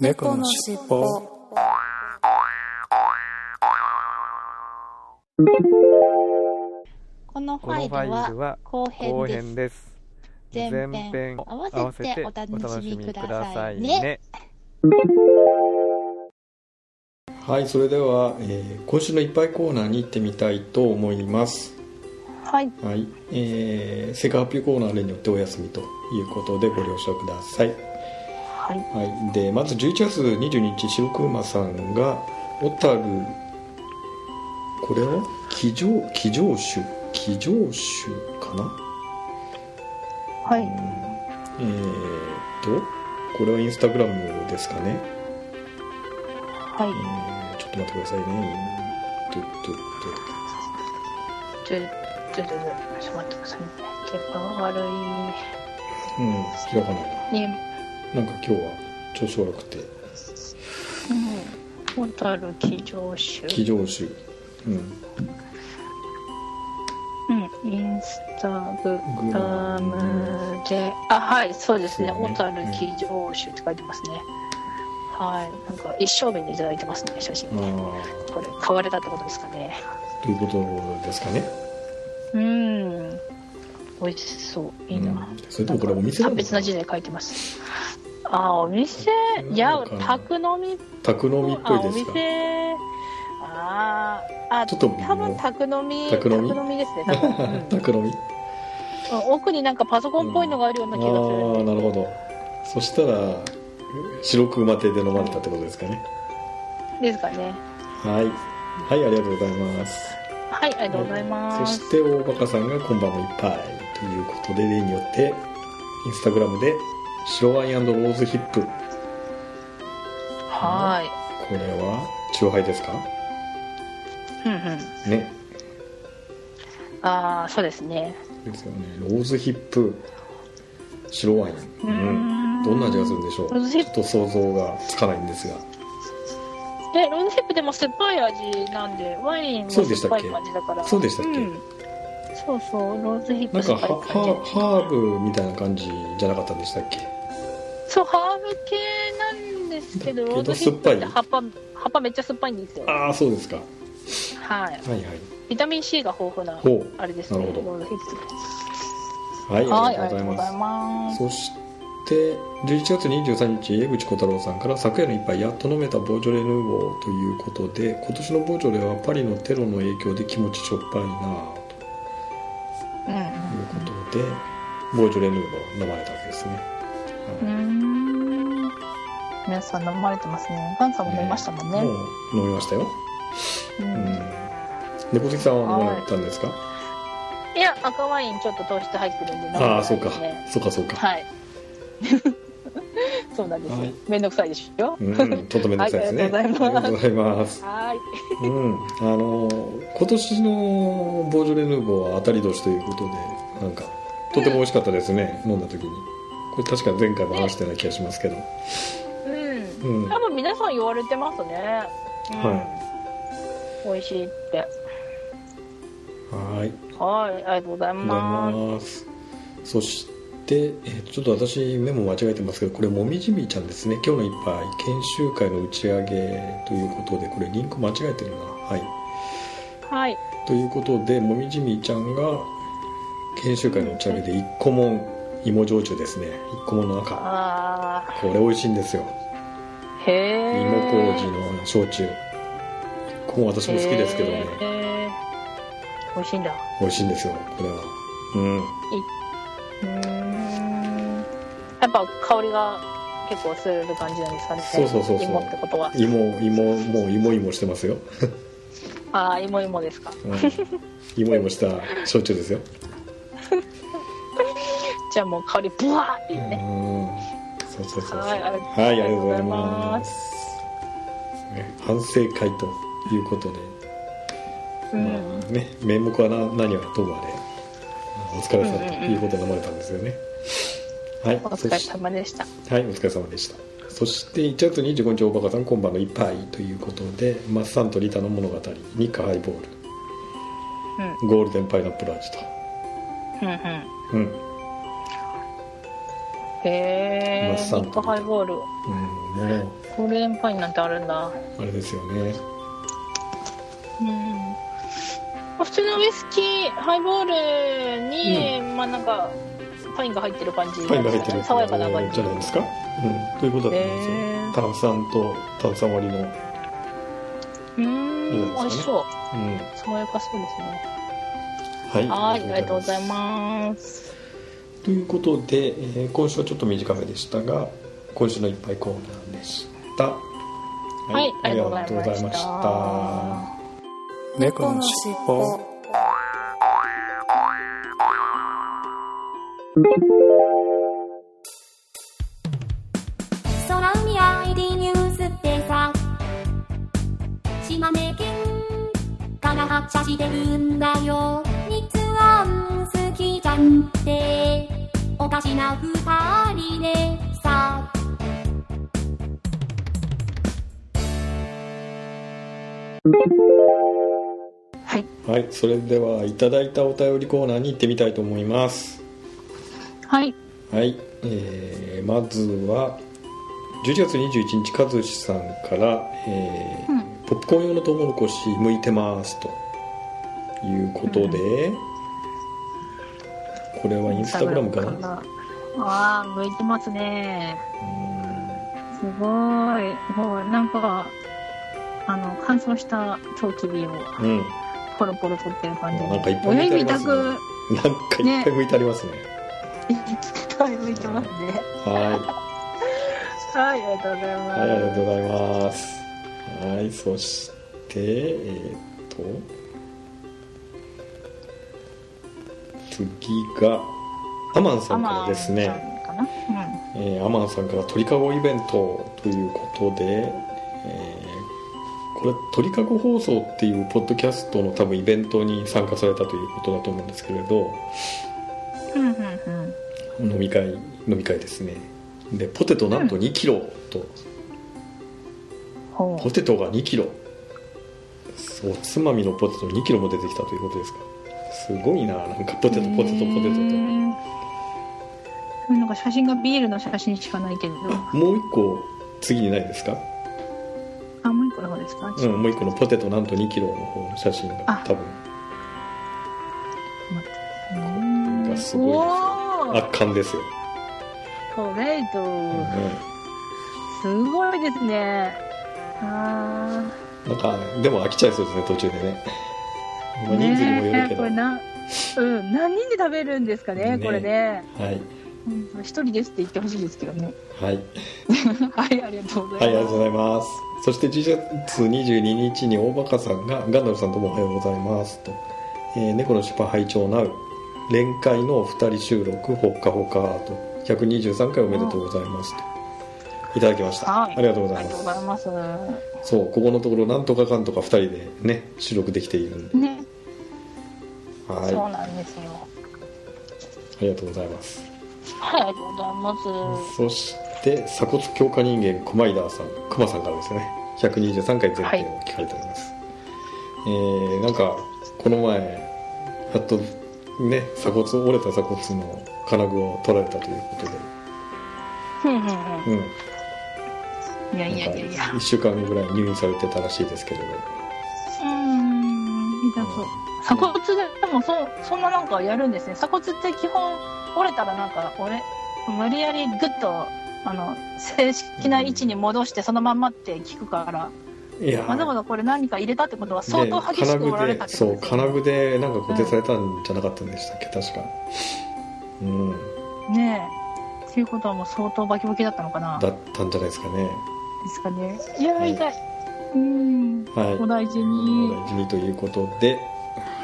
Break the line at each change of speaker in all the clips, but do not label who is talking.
猫のしっぽ。
このフ
この
ァイ
ファイ
ル
ル
は
は
後
後
編
編
です。
です。
前編
編
合わせてお楽しみくださいね。
ね。
はい、それでは、えー今週のいっぱいコーナーに行ってみたいと思います。
はい。
はい、えー、成果発表コーナー例によってお休みということでご了承ください。
はい。
はい、でまず11月22日白熊さんが小樽これは騎乗騎乗種騎乗種かな、
はい。
えー、とこれはインスタグラムですかね、
はい
え。ーちょっと待ってくださいねとっとっ
ちょ、ちょ、ちょ、ちょちょっと待ってくださいね。結果悪い。
とうん開かない
ね、
ななんか今日は調子悪くて
うん。ホタル騎乗種。
騎乗種うん
うん。インスタグラムで。あ、はい、そうですね。
そうね
ホタル騎乗種って書いてますね。はい。なんか、一生瓶でいただいてますね、写真
あ
ね。
ー
これ、買われたってことですかね。
ということですかね
うん。美味しそう。いいな。
うんそれともこれお店な
なん
の
か
かな
別な字で書いてます。ああ、お店いや、宅飲みっ
宅飲みっぽい
あお
ですか
店あーあ、
ちょっと
多分宅飲み、
宅飲み
ですね、多 分、うん
宅飲み
うん奥になんかパソコンっぽいのがあるような気がするん
ああ
で、
なるほどそしたら白く馬亭で飲まれたってことですかね
ですかね。
はいはいありがとうございます
はい、ありがとうござい
そ
ます。
して大バカさんが「今晩もいっぱい」ということで例によってインスタグラムで「白ワインローズヒップ」こ
は
れはチューハイですか
い。うんうん。
ね
ああ、そうですね。
ですよねローズヒップ白ワインうんどんな味がするんでしょう
ローズヒッ
ちょっと想像がつかないんですが
え、ロンドセップでも酸っぱい味なんで、ワインの酸っぱい感じだから。
そうでしたっけ
んそうそう、ローズヒッ
な
プ
んか
酸っ
は
ぱい感じ。
はハーブみたいな感じじゃなかったんでしたっけ
そう、ハーブ系なんですけ
だ
ど、
けど
ローズヒップって
酸
葉っぱ、葉っぱめっちゃ酸っぱいんですよ。
ああそうですかは
はい。
いはい
ビタミン C が豊富な、
ほ
あれですね、
なるほど
ローズヒップ。
はい、
はい、
ありが
ありが
と
と
う
う
ご
ご
ざ
ざ
い
い
ま
ます
そし
す。
て11月23日江口小太郎さんから「昨夜の一杯やっと飲めたボージョレ・ヌーボー」ということで今年のボージョレはパリのテロの影響で気持ちしょっぱいなあ
う
という
ん
ことでボージョレ・ヌーボーを飲まれたわけですね
うーん。皆さん飲まれてますね。ガンさんも飲みましたもんね
も。う飲みましたよ、
う
うんん、猫好きさんは飲まれたんですか、
いや、赤ワインちょっと糖質入ってるんで飲んで
あ
な
あ
い
そうか
ですね
そうかそうか、
はい。 そうなんですよ
はい。
めんどくさいでしょ
うんちょっと面倒くさいですね、
はいありがとうございます
ありがとうございます
はーい。
うん、あの今年のボージョレ・ヌーボーは当たり年ということでなんかとても美味しかったですね、飲んだ時にこれ確か前回も話したような気がしますけど、う
う。
ん ん
多分皆さん言われてますね。。
はい
美味しいって。
はい
はい、ありがとうござい
ありがとう
ま
ございますそしてえーちょっと私メモ間違えてますけどこれもみじみーちゃんですね今日の一杯研修会の打ち上げということでこれリンク間違えてるなはい
す。はい。
ということでもみじみーちゃんが研修会の打ち上げで一個も芋焼酎ですね一個もの赤
あ
これ美味しいんですよ
ー、へえ。
芋麹の焼酎ここも私も好きですけどね
へー。美味しいんだ。
美味しいんですよこれはうん
うーん。やっぱ香りが結構する感じなんですかね。
そうそうそうそう
芋ってことは。
芋芋もう芋芋してますよ、
ああ、芋芋ですか。
うん、芋芋した焼酎ですよ、
じゃあもう香りブワーっていううんね。、
そうそうそうそう
はいあり
はいありがとうございますね反省会ということで、
うん。
まあね名目はな何はともあれお疲れ様ということで飲まれたんですよね、
お
はい
疲
そ
れ
して
様でした。
はい、お疲れ様でした。そして1月25日、おばかさん、今晩の一杯ということで、マッサンとリタの物語、ニッカハイボー
う
ル、
ん。
ゴールデンパイナップル味と。
うんうん。
うん。
へ
マ
え
ス
ビ
サンド
ッグハイボール
うんね
ゴールデンパインなんてあるんだ
あれですよね
うん普通のウイスキーハイボールに、まあなんかパインが入ってる感じ、
パインが入ってる
爽やかな感じ
じゃないですか、うん、ということだと思いますよ、
へー
炭酸と炭酸割りの、うん、
う
いいです
ん
かね
美味しそう爽やかそうですね
はい
はいありがとうございます
ということで、えー今週はちょっと短めでしたが今週のいっぱいコーナーでしたは
はいありがとう
あり
ございました
がとうございました
猫のしっぽ。
空海 ID ニュースってさ島根県から発車してるんだよ日安好きじゃんっておかしな二人でさ
はい
はいそれではいただいたお便りコーナーに行ってみたいと思います
はい
はい、えーまずは11月21日和志さんから、えー
うん
ポップコーン用のトウモロコシ剥いてます」ということで、これはインスタグラムかな
ああ向いてますねすごいもうなんかあの乾燥したトウキビを
うん、うん
ポロポロ取ってる感じ
なんかいっぱい
親
剥い
指
てありま
痛
す
く
ねなんかいっぱい向いてありますね
向いてますね
は
はい、ありがとうございま
い、はい、
す。
ありがとうございますはいそしてえーっと次がアマンさんからですね
アマンさんかな。
えーアマンさんから鳥かごイベントということで、えーこれ鳥かご放送っていうポッドキャストの多分イベントに参加されたということだと思うんですけれど
うん。うんうんうん。
飲み会飲み会ですねでポテトなんと
う
2キロと、
ほ
ポテトが2キロおつまみのポテト2キロも出てきたということですかすごいななんかポテトポ
う。
テトポテトと
と。なんか写真がビールの写真しかないけど、
もう一個次にないですか
あ、もう一個の方ですか。
うんもう一個のポテトなんと2キロの方の写真が
あ
多分
うん
がすごいですよ
おー
圧巻ですよ、
トレ
う
ー
ん
ド。すごいですね。あ
なんかでも飽きちゃいそうですね途中でね、ま
あ。
あ、人数にもよる
ね
けど、
え、これな。うん、何人で食べるんですかね、
ね
これね。
はい
うん一人ですって言ってほしいですけどね。
はい、はい、
はい、ありがとうご
あ
ざ
り
い
が
ま
と
す。
うございますそして10月22日に大バカさんが「ガンダルさんどうもおはようございます」と「えー猫のシュパ拝聴なう」「連会のお二人収録ほっかほか」と「123回おめでとうございます」といただきました、
はい
ありがとうご
あ
ざい
り
ま
がとう
す
ございます。
そうここのところなんとかかんとか二人でね収録できているんで、
ね、
はい
そう
あ
なんですよ。
りがとうございます
はい、ありがとうございます。
そして鎖骨強化人間コマイダーさんコマさんからですね123回前編を聞かれております、えーなんかこの前やっとね鎖骨折れた鎖骨の金具を取られたということで
うんうんう
うん
ん。いやいやいやいや。
1週間ぐらい入院されてたらしいですけれど
うーん、痛そう。鎖骨で、でもそ、そんななんかやるんですね。鎖骨って基本、折れたらなんか、俺、無理やりグッと、あの、正式な位置に戻して、そのまんまって聞くから、
いや
まだまだこれ何か入れたってことは相当激しく折られたって
で
ことです
そう
よね
金具でなんか固定されたんじゃなかったんでしたっけ確かうん
ねえ。っていうことはもう相当バキバキだったのかな。
だ
で
ったんじゃないですかね
すかね。いや、
はい
痛い。うーん。
はい
お大事
お
に。
大事にということで、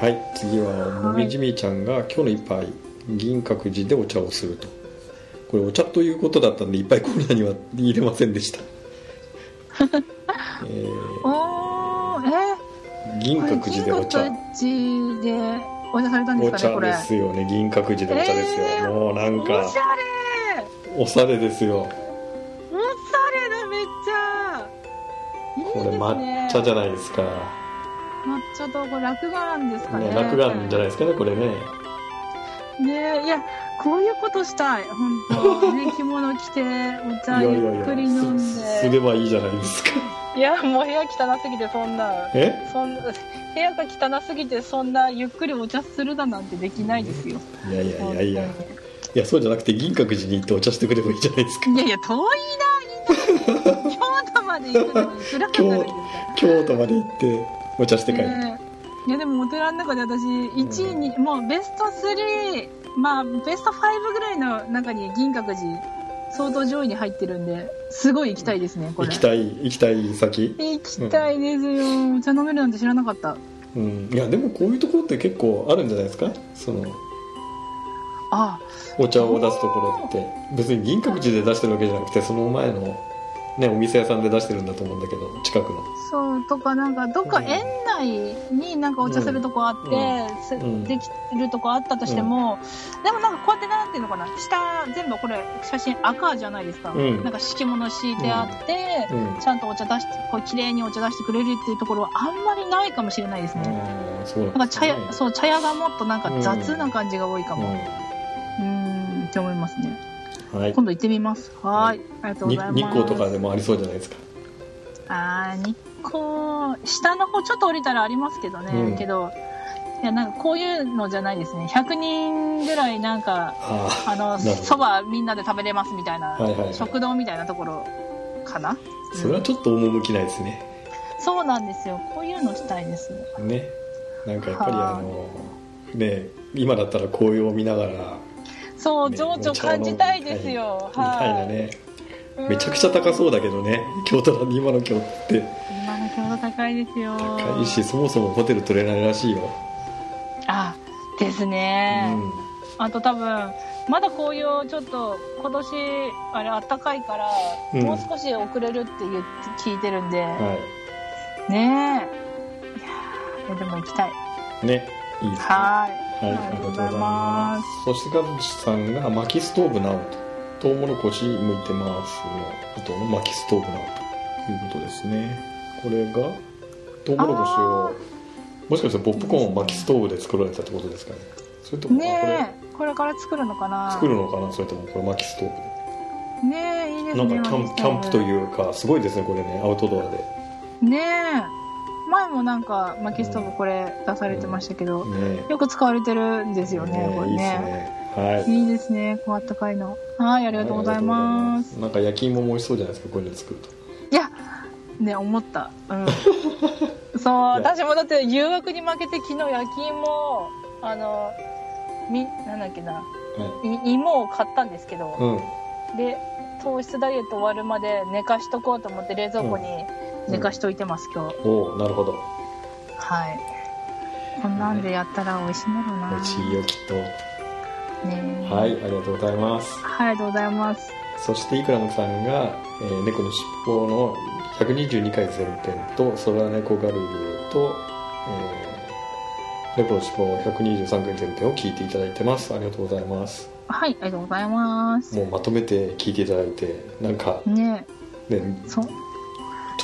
はい、次はもみじみーちゃんが今日の一杯銀閣寺でお茶をするとこれお茶ということだったんでいっぱいコーナーには入れませんで した、えー
おー、え
銀
ー、
閣
これ
寺でお茶
銀閣寺でお茶されたんで
お
すか
茶
ね、これ。
ですよね銀閣寺でお茶ですよ、
えー
もうなん
おし
か
ゃれ
おしゃれですよ
おしゃれだ、めっちゃ。
こ
いい
れ
ですね、
抹茶じゃないですか
抹茶とこれ落眼ですかね。
ね落眼じゃないですかねこれね
ねえいや、こういうことしたい本 当ね着物着てお茶ゆっくり飲ん
す
です
ればいいじゃないですか
いやもう部屋汚すぎてそんな
え
そんな部屋が汚すぎてそんなゆっくりお茶するだなんてできないですよ
いやいやいやいや
本
いやそうじゃなくて銀閣寺に行ってお茶してくればいいじゃないです
当
か
にいやいや遠 いなみんな京都まで行くのに辛くなるんですよ
京都まで行ってお茶して帰る、
ねいやでもお寺の中で私1位に、もうベスト3まあベスト5ぐらいの中に銀閣寺相当上位に入ってるんですごい行きたいですねこ
行
れ
きたい行きたい先
行きたいですよ、お茶飲めるなんて知らなかった
うんいやでもこういうところって結構あるんじゃないですかその
あ
お茶を出すところって別に銀閣寺で出してるわけじゃなくてその前のねお店屋さんで出してるんだと思うんだけど近くの
そうとかなんかどっか園内になんかお茶するとこあって、す
うん
できるとこあったとしても、でもなんかこうやってなんていうのかな下全部これ写真赤じゃないですか、
うん
なんか敷物敷いてあって、
うん
ちゃんとお茶出して、こう綺麗にお茶出してくれるっていうところはあんまりないかもしれないですね。
ああそうなん
なんか
です
茶
ね
屋、そう、茶屋がもっとなんか雑な感じが多いかも。
う
うーん、って思いますね。
んはい
今度行ってみます。はーい。ありがとうご
に
ざいます。
日光とかでもありそうじゃないですか
あー日光、下の方ちょっと降りたらありますけどね。
うん
けど、いや、なんかこういうのじゃないですね。100人ぐらいなんか、
あ
あの、
なるほど
そばみんなで食べれますみたいな、
あはいはい、はい、
食堂みたいなところかな。
それはちょっと趣ないですね
そうなんですよ。こういうのしたいですね。
ねなんかやっぱり
は
あ
い
のね今だったら紅葉を見ながら
そう、
ね
情緒感じたいですよ。
みたいなね
はい。
めちゃくちゃ高
う
そ
ん。
うだけどね京都の今の京都って
今の強度高いですよ。
高いしそもそもホテル取れないらしいよ、
あ、ですね。
うん
あと多分、まだ紅葉ちょっと、今年、あれ、暖かいから、
うん
もう少し遅れるって言って聞いてるんで、
は
ねえ。いやーでも行きたい。
いねいいですね
は
はい、ありがとうございます。そして、かずしさんが薪ストーブなおと、トウモロコシ向いてますの後の薪ストーブなおということですね。これが、トウモロコシを、もしかしたらポップコーンを薪ストーブで作られたってことですかね。それと
い。
も、
ねえ、これから作るのか
こ
な
れ、作るのかなそれとも、これ薪ストー
ねえ、いいで
ブ
す
で。な
ね。
んかキャン、キャンプと
う
いうか、すごいですね、これね、アウトドアで。
ねえ前もなんか薪ストーブこれ出されてましたけど、
ね
よく使われてるんですよねこれ
いいです
ね
ね。はい。
いいですねこうあったかいのはいあ
あ
りがとうございます
なんか焼き芋も美味しそうじゃないですか、こういうの作ると。
いやね思ったう んそう
いや
私もだって誘惑に負けて昨日焼き芋をあのみなんだっけな、い芋を買ったんですけど、
うん。
で糖質ダイエット終わるまで寝かしとこうと思って冷蔵庫に寝かしといてます、今日
おおなるほど。
はい。こんなんでやったら美味しいんだろうな。
美味しいよ、きっと。
ねえ
はい、あ。りがとうございます。
はい、ありがとうございます。
そして、イクラムさんが、えー猫の尻尾の122回ゼロ点と、空猫ガルルと、えー猫の尻尾の123回ゼロ点を聞いていただいてます。ありがとうございます。
はい、ありがとうございます。
もうまとめて聞いていただいて、なんか、
ね
ね、
え、
ち
そ、
ょ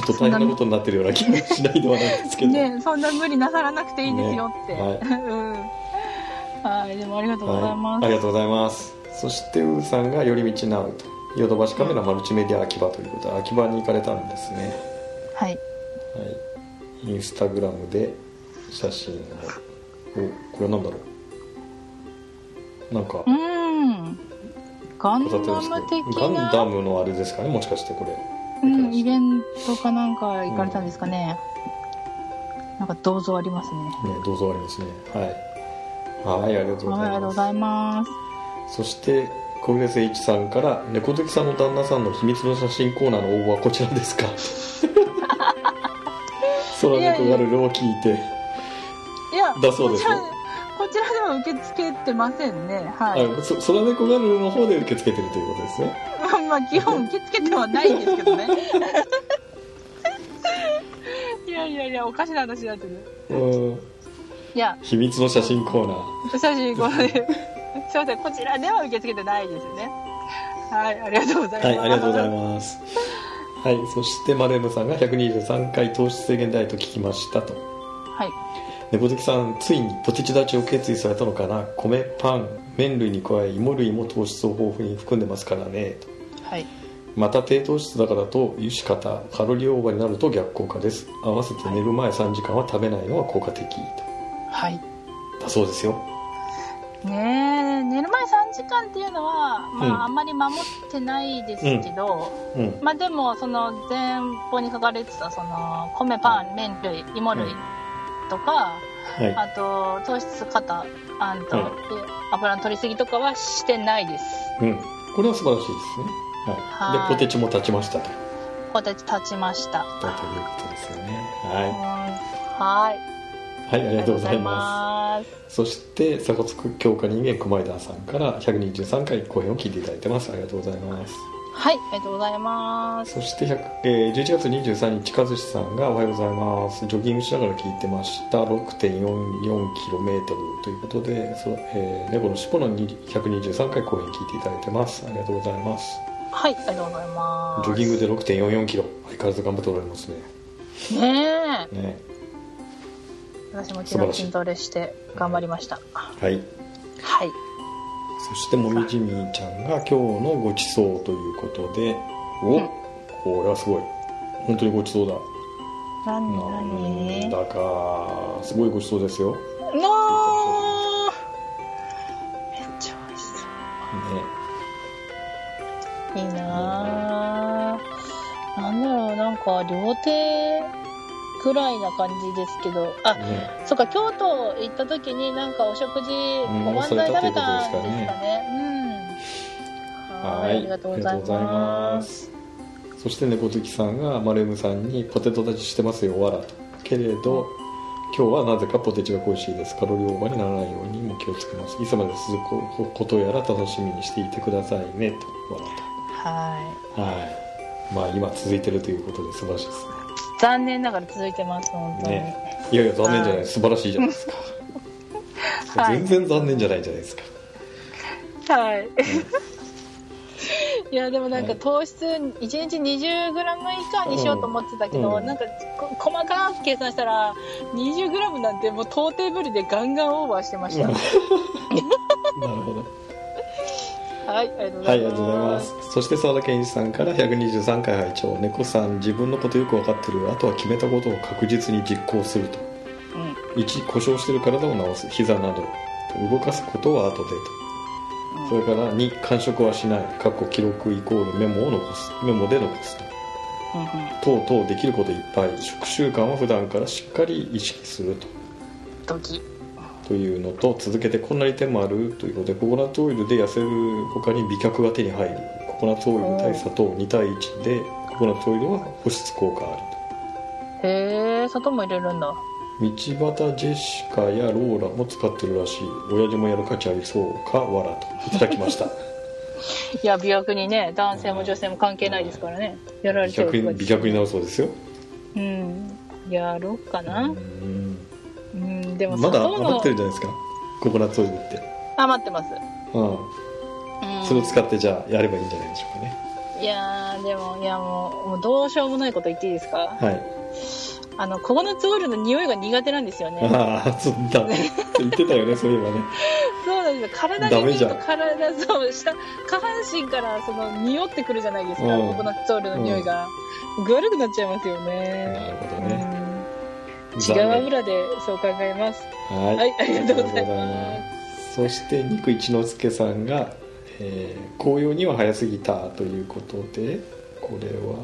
っと大変なことになってるような気がしないではないですけど。
ねえ、そんな無理なさらなくていいですよって。
ねはい
うん。はい、でもありがとうござい
はい、
ま
あ
す。
りがとうございますそしてウーさんが「寄り道なう」と「ヨドバシカメラマルチメディア秋葉」ということで秋葉に行かれたんですね
はい。
はい、インスタグラムで写真をおこれなんだろうなんか
うーん。ガン
飾って
ダ
ます
ム
け
的
どガンダ
な、
ムのあれですかねもしかしてこれ
うん、イベントかなんか行かれたんですかね。なんか銅像ありますね。
ね銅像ありますねはいはいありがとうご
はい、
ざ
あり
い
がとう
ま
ご
す
ざいます。
そして小暮誠一さんから「猫好きさんの旦那さんの秘密の写真コーナーの応募はこちらですか? 」 空猫ガルルを聞いて
いや、
だそうですよ
こちら、こちらでは受け付けてませんね。はい。
あそ空猫ガルルの方で受け付けてるということですね
まあまあ基本受け付けてはないんですけどね いやいやいやおかしな話になってる
うん
いや
秘密の写真コーナー
写真これすいませんこちらでは受け付けてないですねはいありがとうございます
はい、ありがとうござい ます。はい、そして、丸山さんが123回糖質制限ダイエット聞きましたと。
すはい
猫好きさんついにポテチダチを決意されたのかな米パン麺類に加え芋類も糖質を豊富に含んでますからねと
はい
また低糖質だからと油脂型カロリーオーバーになると逆効果です合わせて寝る前3時間は食べないのが効果的
はい
とだそうですよ
ねえ寝る前3時間っていうのは、ま
うん
あ、あんまり守ってないですけど、
うん
まあでもその前方に書かれてたその米パン麺類芋類
うん
とか、
はい
あと糖質肩あんと、
うん
で油の取りすぎとかはしてないです
うん、これは素晴らしいですね。はい。
はい
で、ポテチも立ちましたと。
こたち立ちました
ということですよね。
うん
は
はい
い。はい、あ
あ
りがとうございます
りがとうございます。
そして、鎖骨強化人間熊枝さんから123回講演を聞いていただいてます。ありがとうございます。
はいありがとうございます
そして、100えー、11月23日、和志さんがおはようございます。ジョギングしながら聞いてました。6.44km ということで、そえー猫の尻尾の2 123回講演聞いていただいてます。ありがとうございます。
はいありがとうございます
ジョギングで 6.44km。相変わらず頑張っておられますね。
ねえ
ね。
私も昨日筋トレして頑張りました
はい。
はい
そしてもみじみーちゃんが今日のごちそうということでお、
うん
これはすごい本当にごちそうだ
何
なん
何
だかすごいごちそうですよ、ね、
うわーめっちゃ美味しそういいなーなんだろうなんか両手ぐらいな感じですけどあ
ね
そっか京都行った時になんかお食事、
ん
おばんざい食べた
そ
ん
ういう
ですかね
こと
うん
は
はい
い
ありがとうございます
すそして猫好きさんがマレムさんに「ポテト立ちしてますよわら」とけれど今日はなぜかポテチが恋しいですカロリーオーバーにならないようにも気をつけますいつまで続くことやら楽しみにしていてくださいねとわらと
は
はい。まあ今続いてるということで素晴らしいです
い残念ながら続いてます本当
ね。ね。い
に、
やいや残念じゃない素晴らしいじゃないですか。
はい
全然残念じゃないじゃないですか。
はいいやでもなんか糖質1日 20g 以下にしようと思ってたけど、
うん
なんかこ細かく計算したら 20g なんてもう到底無理でガンガンオーバーしてました、
なるほど。
はいありがとうご
は
ざ
い、あ
い
りがとうござい
ま、
ますす。そして沢田健一さんから123回拝聴猫さん、自分のことよくわかってる。あとは決めたことを確実に実行すると。
うん
1、故障してる体を治す。膝など。動かすことは後でと。それから2、完食はしない。かっこ記録イコールメモを残す。メモで残すと。
うんうん
とうとうできることいっぱい食習慣は普段からしっかり意識すると
ドキ
というのと続けてこんなに手もあるということでココナッツオイルで痩せる他に美脚が手に入るココナッツオイル対砂糖2対1でココナッツオイルは保湿効果ある
へえ砂糖も入れるんだ
道端ジェシカやローラも使ってるらしい親父もやる価値ありそうかわらといただきました
いや美白にね男性も女性も関係ないですからねやられ
美
ちゃう
脚に美脚になるそうですよ
うんやろうか
う
な
ー
うんでも
んまだ
砂糖の
余ってるじゃないですかココナッツオイルって、
余ってます
う
うん
ん、それを使ってじゃあやればいいんじゃないでしょうかね
いやーでもいやもうもうどうしようもないこと言っていいですか
はい
あのココナッツオイルの匂いが苦手なんですよね
ああそうだ 言ってたよねそういえばね
そうなんですよ体
ダメ
に
じ
ち
ゃ
ょ
ん
っと体そう下下半身からその匂ってくるじゃないですか、
うん
ココナッツオイルの匂いが、具悪くなっちゃいますよね
なるほどね
うん、違う油でそう考えます
はい、
はいありがとうございます
すそして肉一之輔さんが、えー紅葉には早すぎた」ということでこれは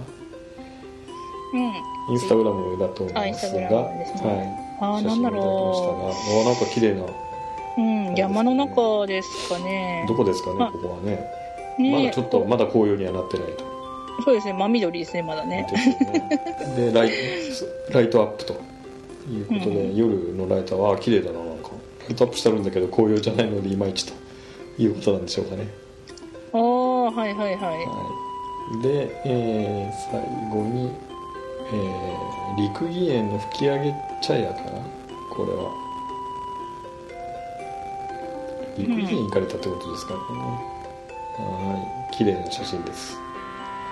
うん
インスタグラムだと思いますが、
あインスタグラムですねあ
は
あ
い、
な
写
ん
真をいただきま
だろ
したがあなんか綺麗な
う、うん、山の中ですかね
どこですかね
あ
ここはねま
ね
だちょっとまだ紅葉にはなってないと
そうですね真緑ですねまだね
ですよねでライライトアップということで、
うん
夜のライトはああ綺麗だななんかライトアップしてあるんだけど紅葉じゃないのでいまいちということなんでしょうかね、
ああはいはいは
はい、で、えー最後に、えー陸義園の吹き上げ茶屋かなこれは陸義園行かれたってことですからね、はい綺麗な写真です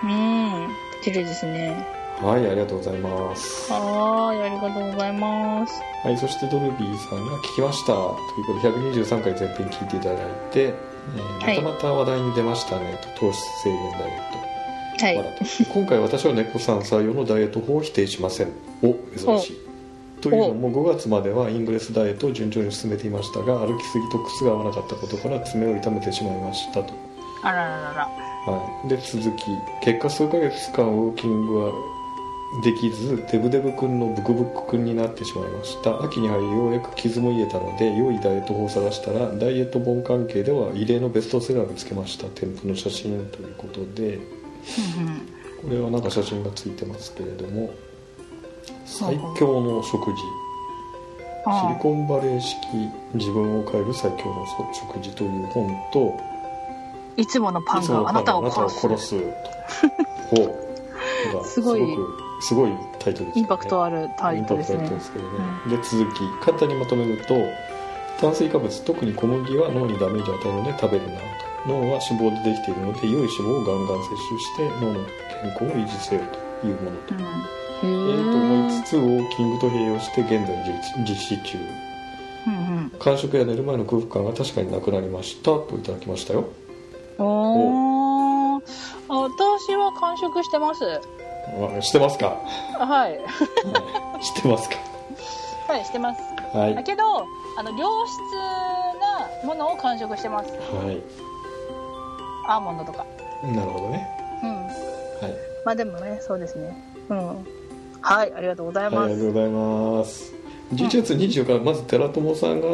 いうん綺麗ですね
はいありがとうございます
はーい、ありがとうございます。
はい、そしてドルビーさんが聞きましたということで123回全編聞いていただいて、えー
はい
またまた話題に出ましたねと糖質制限ダイエット、
はい。
笑と今回私は猫さん採用のダイエット法を否定しませんお珍しいというのも5月まではイングレスダイエットを順調に進めていましたが歩きすぎと靴が合わなかったことから爪を痛めてしまいましたと
あらららら。
はい、で続き結果数ヶ月間ウォーキングはできずデブデブ君のブクブク君になってしまいました秋に入りようやく傷も癒えたので良いダイエット法を探したらダイエット本関係では異例のベストセラーを見つけました添付の写真ということでこれはなんか写真がついてますけれども最強の食事シリ
あ
コンバレー式自分を変える最強の食事という本と
ーいつものパ
い
ン
つも
が
パ
あ
ン
なた
が
を殺す。
すとほうなんか
すごい
くすごいタイトルですよね、
インパクトあるタ
イ
イ
ン
プ
パ
で
クト
す
あるタイトル
ね
で。すけどね、で続き簡単にまとめると炭水化物特に小麦は脳にダメージを与えるので食べるなと脳は脂肪でできているので良い脂肪をガンガン摂取して脳の健康を維持せよというものと,、
うん。へ
えーと思い
ー
つつウォーキングと併用して現在実実施中
うん
間食や寝る前の空腹感が確かになくなりましたといただきましたよ
うん。おー。私は完食してます。
あしてますか
はい。
してますか
はい、してます。
はい
だけど、あの、良質なものを完食してます。
はい
アーモンドとか。
なるほどね。
うん。
はい。
まあでもね、そうですね。うん。はい、ありがとうござい
はい、あ
ま
りが
す。
とうございます。11月24日、まず寺友さんが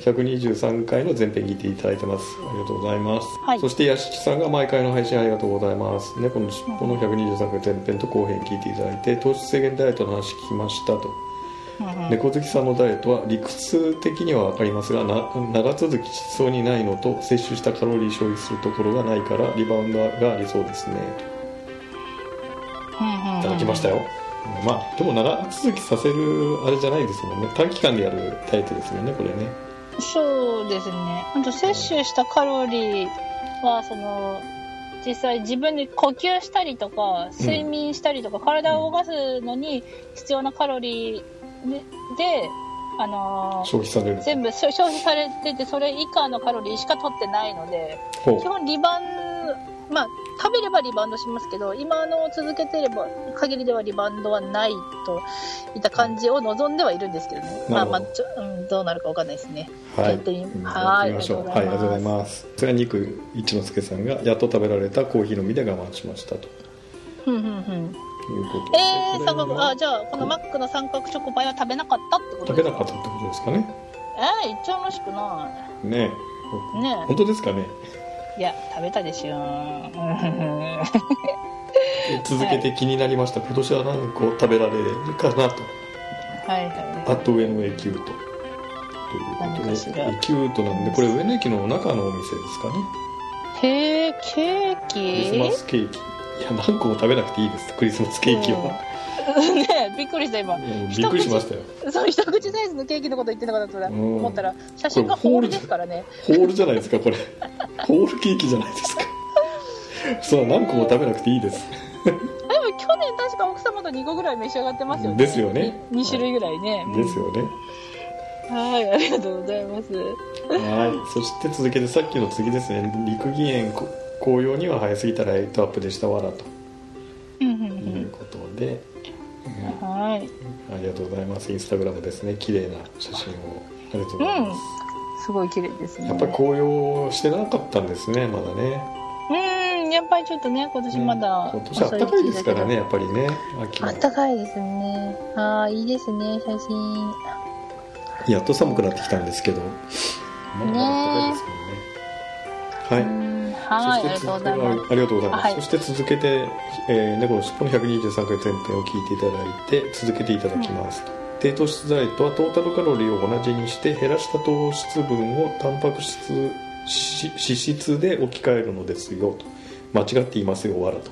123回の前編聞いていただいてます。ありがとうございます。
はい
そして、やしきさんが毎回の配信ありがとうございます。猫のしっぽの123回前編と後編聞いていただいて、糖質制限ダイエットの話聞きましたと。
うんうん
猫好きさんのダイエットは理屈的には分かりますがな長続きしそうにないのと摂取したカロリー消費するところがないからリバウンドがありそうですねといただきましたよ、まあでも長続きさせるあれじゃないですもんね短期間でやるタイプですもんねこれね
そうですね。あと摂取したカロリーは、その、実際自分で呼吸したりとか、睡眠したりとか、体を動かすのに必要なカロリーで、であのー
消費される
全部消消費されてて、それ以下のカロリーしか取ってないので、
ほう
基本リバウンド、まあ、食べればリバウンドしますけど、今の続けてれば、限りではリバウンドはないといった感じを望んではいるんですけどね。
な
まあ
るほど
まあ、ちょうん、どうなるかわかんないですね。
はい
やってみ
うん
はい
やってみましょうはいあ
あ
り
り
が
が
とうござ
とうござ
い
い
ますそれは肉一之輔さんがやっと食べられたコーヒーのみで我慢しましたと
ふんふんふん。
いうことで
え
こ
ー、
れ
三角、
は
あ、じゃあ、このマックの三角チョコパイは食べなかったってこと
食べなかったってことですかね
えー、一応もしくな
ね
い。ね
本当ですかね
え。いや、食べたで しょ。
続けて気になりました、今年は何個食べられるかなと
はいはい。
あと上野エキュートということ
何
で
かしら
エキュートなんでこれ上野駅の中のお店ですかね
へえ、ケー
クリスマ
キ
スケーキいや何個も食べなくていいですクリスマスケーキは、
ねえ、びっくりした、今。
うんびっくりしましたよ
そう、一口サイズのケーキのこと言ってなかったと
うん
思ったら、写真がホールですからね。
ホールじゃないですかこれホールケーキじゃない ですかそう何個も食べなくていいです
でも去年確か奥様と2個ぐらい召し上がってますよね。
ですよね
2種類ぐらいね。
ですよね
はい、ありがとうございます。
はいそして続けてさっきの次ですね陸義園こ紅葉には早すぎたらライトアップでしたわらと
うんうんう
いうんことで、うん
はい。
ありがとうございます。インスタグラムですね。綺麗な写真を。ありがとうございます。
すごい綺麗ですね。
やっぱり紅葉してなかったんですね、まだね。
うん、やっぱりちょっとね、今年まだ、
今年あったかいですからね、。やっぱりね。秋
あ
は
ったかいですね。ああ、いいですね、写真。
やっと寒くなってきたんですけど。まだまだあったかいですけどね。はい。
うんはい、ありがとうございます。
ありがとうございます。
はい
そして続けて、えー、猫の尻尾の123回前編を聞いていただいて、続けていただきます。低糖質ダイエットはトータルカロリーを同じにして減らした糖質分をタンパク質し脂質で置き換えるのですよと間違っていますよわらと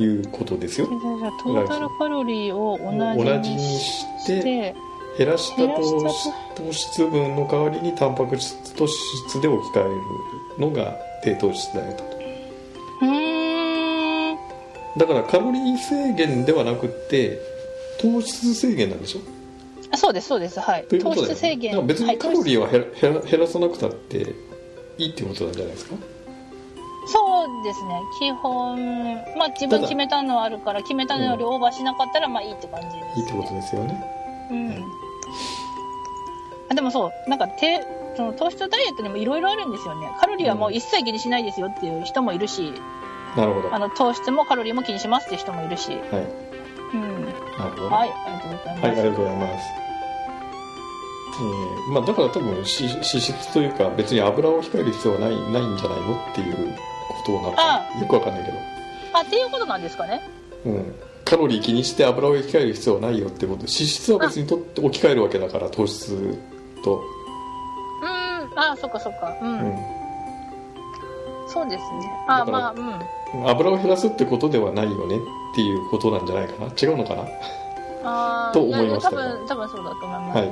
いうことですよ
じゃあじゃあトータルカロリーを
同
同
じ
じ
に
にし
して
て、
減らした
減ら
糖
し
質
た
糖質分の代わりにタンパク質と脂質で置き換えるのが低糖質ダイエットと
うーん。
だからカロリー制限ではなくって糖質制限なんでしょ
あそうですそうですはい
というこ
糖
とだよね
質制
だから
限
別
は
に
い
カロリーは減ら減ら減らさなくたっていいってことなんじゃないですか
そうですね基本まあ自
た
分
だ
決めたのはあるから決めたのよりオーバーしなかったらまあいいって感じです、ね
いいってことですよね
うんあでもそうなんかてその糖質ダイエットにもいろいろあるんですよねカロリーはもう一切気にしないですよっていう人もいるし、
なるほど
あ
はい
の糖質もカロリーも気にしますっていう人もいるし、うん、
なるほどね
はいありが
はい、ありがと
とうございます、
うございます。えーまあ、だから多分脂脂質というか別に油を控える必要はないないんじゃないのっていうことなのかなよくわかんないけ
あっていうことなんですかね
ど、うん、カロリー気にして油を控える必要はないよってこと脂質は別にとって置き換えるわけだから糖質と、
うんあそっかそっかう、
うんん、
そうですねあ
だから
まあうん
油を減らすってことではないよねっていうことなんじゃないかな違うのかな
あー
と思いました
多分多分そうだと思いますね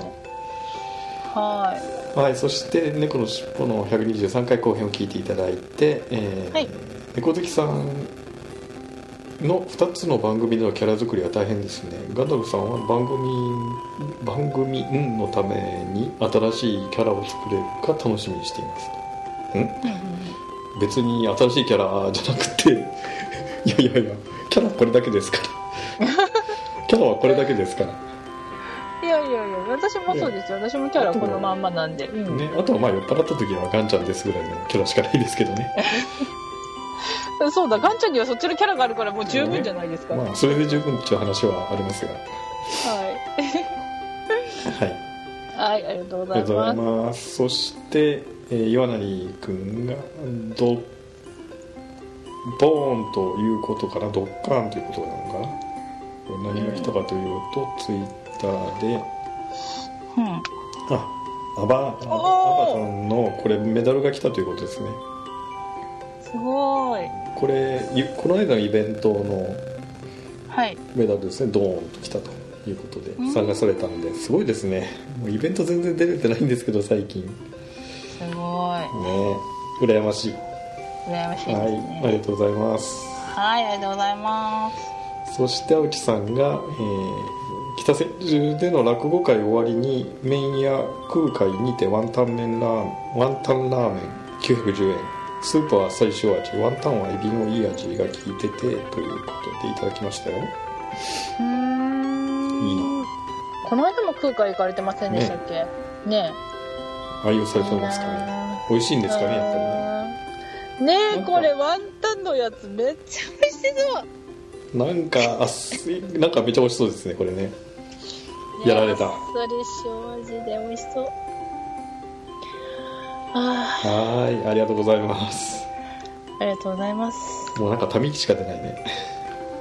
はーい
はい、そして「猫のしっぽ」の123回後編を聞いていただいて、えー
はい
猫好きさんの2つの番組でのキャラ作りは大変ですねガンダルフさんは番組番組運のために新しいキャラを作れるか楽しみにしています
うんうん
別に新しいキャラじゃなくて いやいやいやキャラはこれだけですから キャラはこれだけですから
いやいやいや私もそうですよ私もキャラはこのまんまなんで、うん
ね、あとはまあ酔っ払った時はガンちゃんですぐらいのキャラしかないですけどね
そうだガンちゃんにはそっちのキャラがあるからもう十分じゃないですか、
まあそれで十分っていう話はありますが
は
はい、
いはいありがとうご
ありが
ざい
とうござ
ま
いま
す
す。そして、えー岩成くんがドボーンということからドッカーンということなのかな。これ何が来たかというと、ツイッターで、
うん
あ、アバ、アバ
おー
アバさんのこれメダルが来たということですね。
すごい
これいこの間のイベントの
はい
メダルですね。ドーンと来たということで
ん
参加されたんで、すごいですね。もうイベント全然出れてないんですけど最近ね、
すごい
羨ましい。
羨ましいですね
はい、ありがとうございます。
はい、ありがとうございます
そして青木さんが、えー北千住での落語会終わりに麺屋空海にてワンタン麺ラーメンワンタンラーメン910円スープは最小味ワンタンはエビのいい味が効いててということでいただきましたよ
うー
い
ん
い
この間も空海行かれてませんでしたっけね
愛用さ
え
れてますかね美味しいんですかねやっぱりね
り
なん
ねねえ
か
これワンタンのやつめっちゃ美味しそう
なんかあっすなんかめっちゃ美味しそうですねこれねやられた
ねえあっさり塩味で美味しそうあ
はーいありがとうございます
ーありがとうございます
もうなんかため息しか出ないね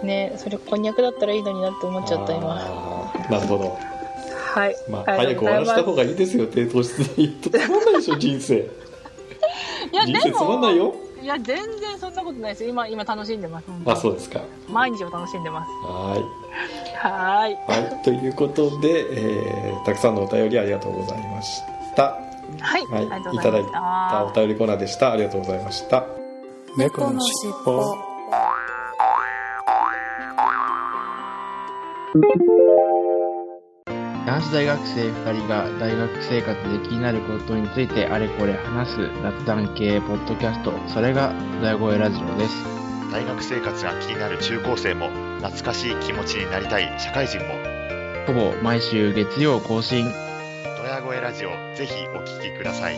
ねえそれこんにゃくだったらいいのになって思っちゃった今
あーなるほど
はい、
まあ、
あ
早く
りがと
終
う
わ
ござい
らせ
ます
た方がいいですよ低糖質ダ イエットつまんないでしょ人生
いや
人生つまんないよ
いや全然そんなことないです今今楽しんでます本当
あ
に
そうですか
毎日を楽しんでます
は
はーい
い、はい、ということで、えーたくさんのお便りありがとうございました
はい、
はい
ありがとう
い
ござ
ただ
いま
い
した
たお便りコーナーでしたありがとうございました
猫のしっぽ
男子大学生2人が大学生活で気になることについてあれこれ話す雑談系ポッドキャストそれが大声ラジオです
大学生活が気になる中高生も懐かしい気持ちになりたい社会人も
ほぼ毎週月曜更新
ドヤ声ラジオぜひお聞きください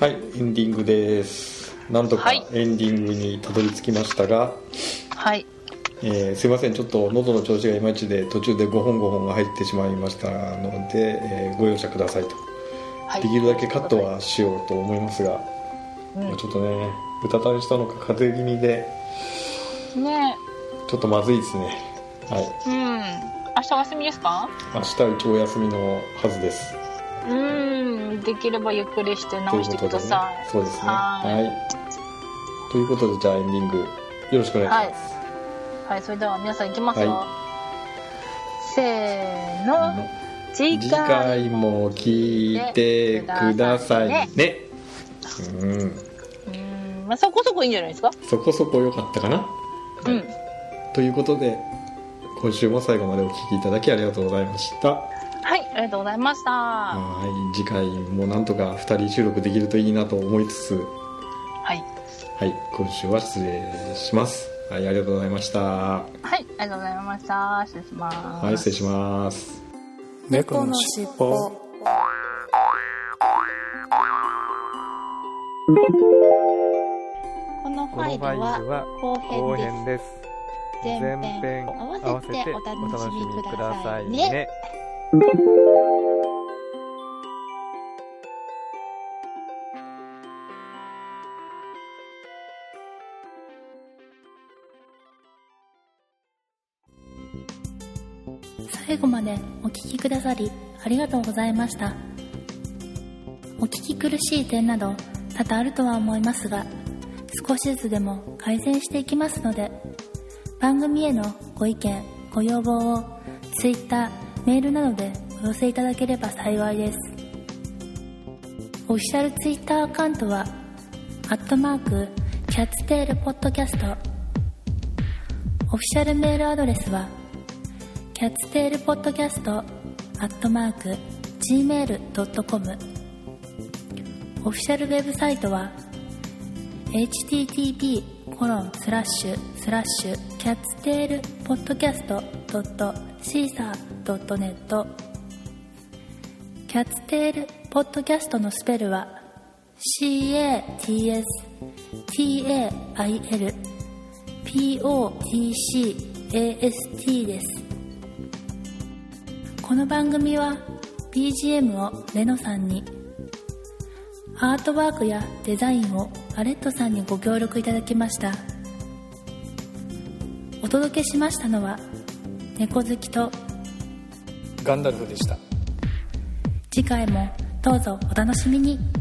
はいエンディングですなんとか
は
エ
い
ンディングにたどり着きましたが、
はい
えーすいませんちょっと喉の調子がいまいちで途中で5本5本が入ってしまいましたので、えーご容赦くださいと
はい
できるだけカットはしようと思いますが、
うん
もうちょっとねうたたれしたのか風邪気味で
ね
ちょっとまずいですねはい
えうん明日お休みですか
明日は一応お休みのはずです
うんできればゆっくりし
と
て
い
直
う
し
こ
て
と
く
で
だ
ね
さい
そうですね
は
はいということでじゃあエンディングよろしくお願いします、
はいそれでは皆さんいきますよ、
は
せーの次
次
回
回も聞いてくださいねうん
うんまあ、そこそこいいんじゃないですか
そこそこ良かったかな
うん
ということで今週も最後までお聞きいただきありがとうございました
はいありがとうございましたは
はい次回もなんとか2人収録できるといいなと思いつつ
い
はい今週は失礼しますはいありがとうございましたは
はいありがとうございました失礼します
い失礼します
猫のしっぽ
このフ
こ
ァ
の
イ
フ
ル
ァイル
は
は
後
後
編
編
です
で
前
す前
編
編
合
合
わ
わ
せ
せ
て
て
お
お
楽
楽
し
し
み
み
く
く
だ
だ
さ
さ
い
い
ね
ね
最後までお聞きくださりありがとうございましたお聞き苦しい点など多々あるとは思いますが少しずつでも改善していきますので番組へのご意見ご要望を Twitter メールなどでお寄せいただければ幸いですオフィシャル Twitter アカウントは「アットマークキャッツテールポッドキャスト」オフィシャルメールアドレスは「キャッツテールポッドキャストアットマーク gmail.com オフィシャルウェブサイトは http コロンスラッシュスラッシュキャッツテールポッドキャストドットシーサードットネットキャッツテールポッドキャストのスペルは CATSTAIL POTCAST ですこの番組は BGM をレノさんにアートワークやデザインをアレットさんにご協力いただきましたお届けしましたのは猫好きと
ガンダルフでした
次回もどうぞお楽しみに